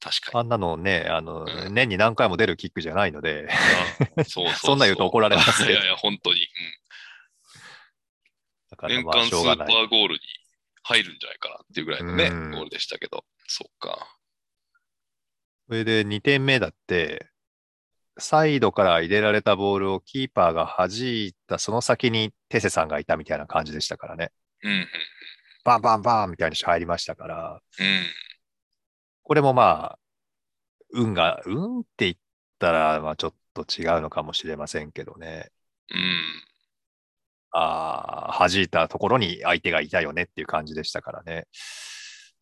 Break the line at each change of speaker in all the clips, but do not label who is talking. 確か
あんなのね、あの、
うん
年に何回も出るキックじゃないので、
に。そうそうう
そんなん言うと怒られますけど
いやいや、本当に。
だ
う
か
ん
ら
年
まあ
間ス
しょうが
ーパ
ない。
ーゴールに入るんじゃないかなっていうぐらいのね、
うん
ゴールでしたけど。そっか。
それで2点目だって、サイドから入れられたボールをキーパーが弾いたその先にテセさんがいたみたいな感じでしたからね。
うんうん。
バンバンバンみたいに入りましたから、
うん。
これもまあ、運が、運って言ったら、まあちょっと違うのかもしれませんけどね。
うん。
ああ、弾いたところに相手がいたよねっていう感じでしたからね。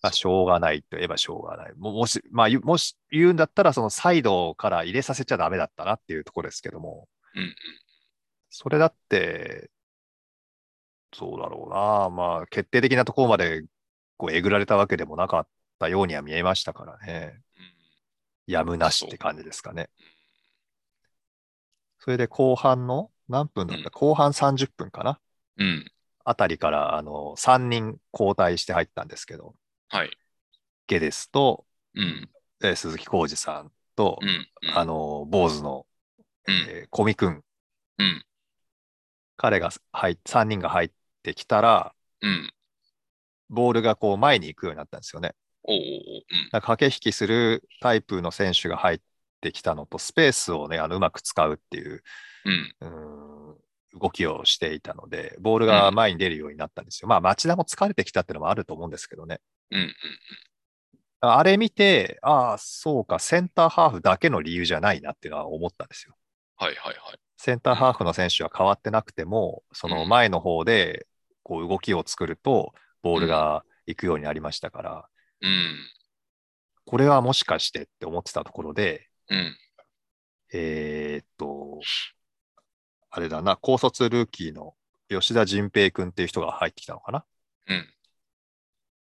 まあ、しょうがないといえばしょうがない。ももし、まあ、ゆもし言うんだったら、そのサイドから入れさせちゃダメだったなっていうところですけども。
うんうん
それだって、そうだろうな。まあ、決定的なところまでこうえぐられたわけでもなかったようには見えましたからね。
うん
やむなしって感じですかね。それで後半の何分だった、
うん
後半30分かな
うん。
あたりから、あの、3人交代して入ったんですけど、
はい。
ゲデスと、
うん。
えー鈴木浩二さんと
う、ん。うん
あ、の、坊主の、
うん。
えー小見くん、
うん。
彼が入っ、3人が入ってきたら、
うん。
ボールがこう前に行くようになったんですよね。
おうおうおう。うん。
だから駆け引きするタイプの選手が入ってきたのと、スペースをね、あの、うまく使うっていう、
うん。
うーん動きをしていたので、ボールが前に出るようになったんですよ。まあ、町田も疲れてきたっていうのもあると思うんですけどね。
うん。うん。
あれ見て、ああ、そうか、センターハーフだけの理由じゃないなっていうのは思ったんですよ。
はいはいはい。
センターハーフの選手は変わってなくても、その前の方でこう動きを作ると、ボールが行くようになりましたから、
うん。
これはもしかしてって思ってたところで、
うん。
えーっと、あれだな、高卒ルーキーの吉田仁平君っていう人が入ってきたのかな。
うん。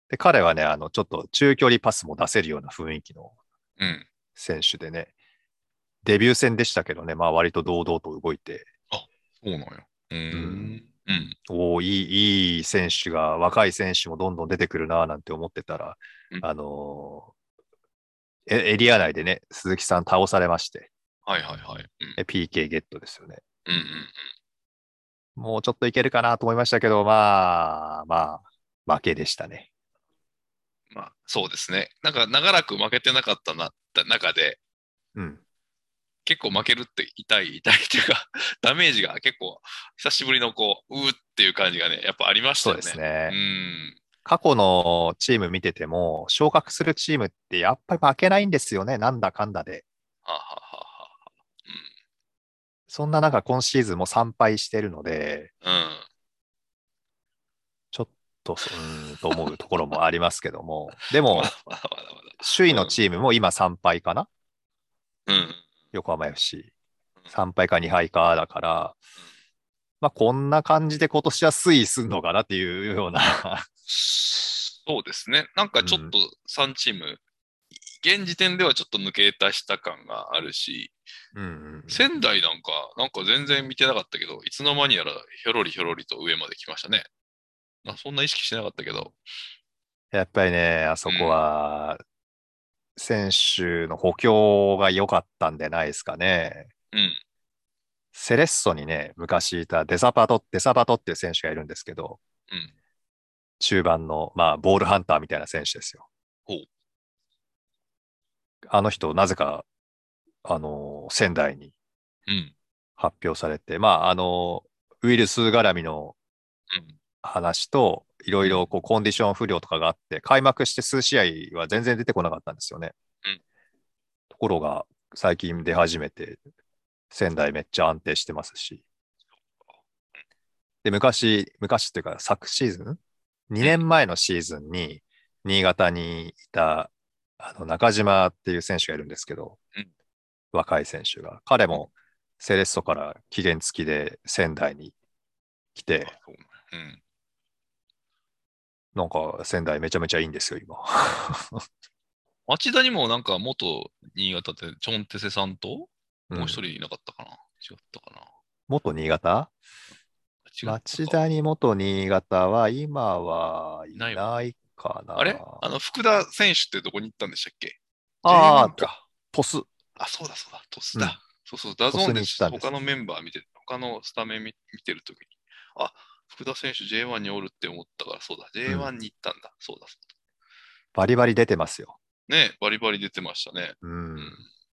で、彼はね、あの、ちょっと中距離パスも出せるような雰囲気の
うん。
選手でね、デビュー戦でしたけどね、まあ割と堂々と動いて、
そうなんや。うん。うん。
おお、いい、いい選手が、若い選手もどんどん出てくるなぁなんて思ってたら、
うん
あのーエエリア内でね、鈴木さん倒されまして、
はいはいはい。うん。
え PK ゲットですよね。
うんうん。
もうちょっといけるかなと思いましたけど、まあ、まあ、負けでしたね。
まあ、そうですね。なんか、長らく負けてなかったな、た中で、
うん。
結構負けるって痛い、 痛いっていうか、ダメージが結構、久しぶりのこう、うーっていう感じがね、やっぱありました
そう
よ
で
ね。
す
ね。
ね。
うん。
過去のチーム見てても、昇格するチームってやっぱり負けないんですよね、なんだかんだで。
はあ、はあはあは
そんな中、今シーズンも3敗してるので、
あ、うん。
ちょっ と、うーんと思うところもありますけども、で
ま
も、
だまだまだまだ。
首位のチームも今3敗かな、
うん。
横浜 FC。3敗か2敗かだから、まあ、こんな感じで今年は推移すんのかなっていうような、
そうですね。なんかちょっと3チーム、現時点ではちょっと抜け出した感があるし、
うんうん、
仙台なんか、なんか全然見てなかったけど、いつの間にやらひょろりひょろりと上まで来ましたね。まあ、そんな意識しなかったけど。
やっぱりね、あそこは、選手の補強が良かったんでないですかね。
うん。
セレッソにね、昔いたデサパト、デサパトっていう選手がいるんですけど、
うん
中盤の、まあ、ボールハンターみたいな選手ですよ
ほう。
あの人、なぜか、あの、仙台に
うん。
発表されて、まあ、あの、ウイルス絡みの
うん。
話と、いろいろこうコンディション不良とかがあって、開幕して数試合は全然出てこなかったんですよね。
うん
ところが、最近出始めて、仙台めっちゃ安定してますし。で、昔、昔っていうか、昨シーズン ?2 年前のシーズンに、新潟にいた、あの、中島っていう選手がいるんですけど、
うん
若い選手が、彼もセレッソから期限付きで仙台に来て、
あそうなんや
なんか仙台めちゃめちゃいいんですよ、 今。
町田にもなんか元新潟でチョンテセさんともう一
うん
人いなかったかな、違ったかな
元新潟
違ったか
町田に元新潟は今はいないかな。
あれあの福田選手ってどこに行ったんでしたっけ
ああ、
J1 か。
ポス。
あ、そうだそうだ、トス
うん
だ。そうそう、ダゾーンで
トスに行ったんです
他のメンバー見て、他のスタメン見見てるときに、あ、福田選手 J1 におるって思ったから、そうだ、J1 に行ったんだ、そうだ、そう
バリバリ出てますよ。
だ。ね、バリバリ出てましたね。
う
うんん。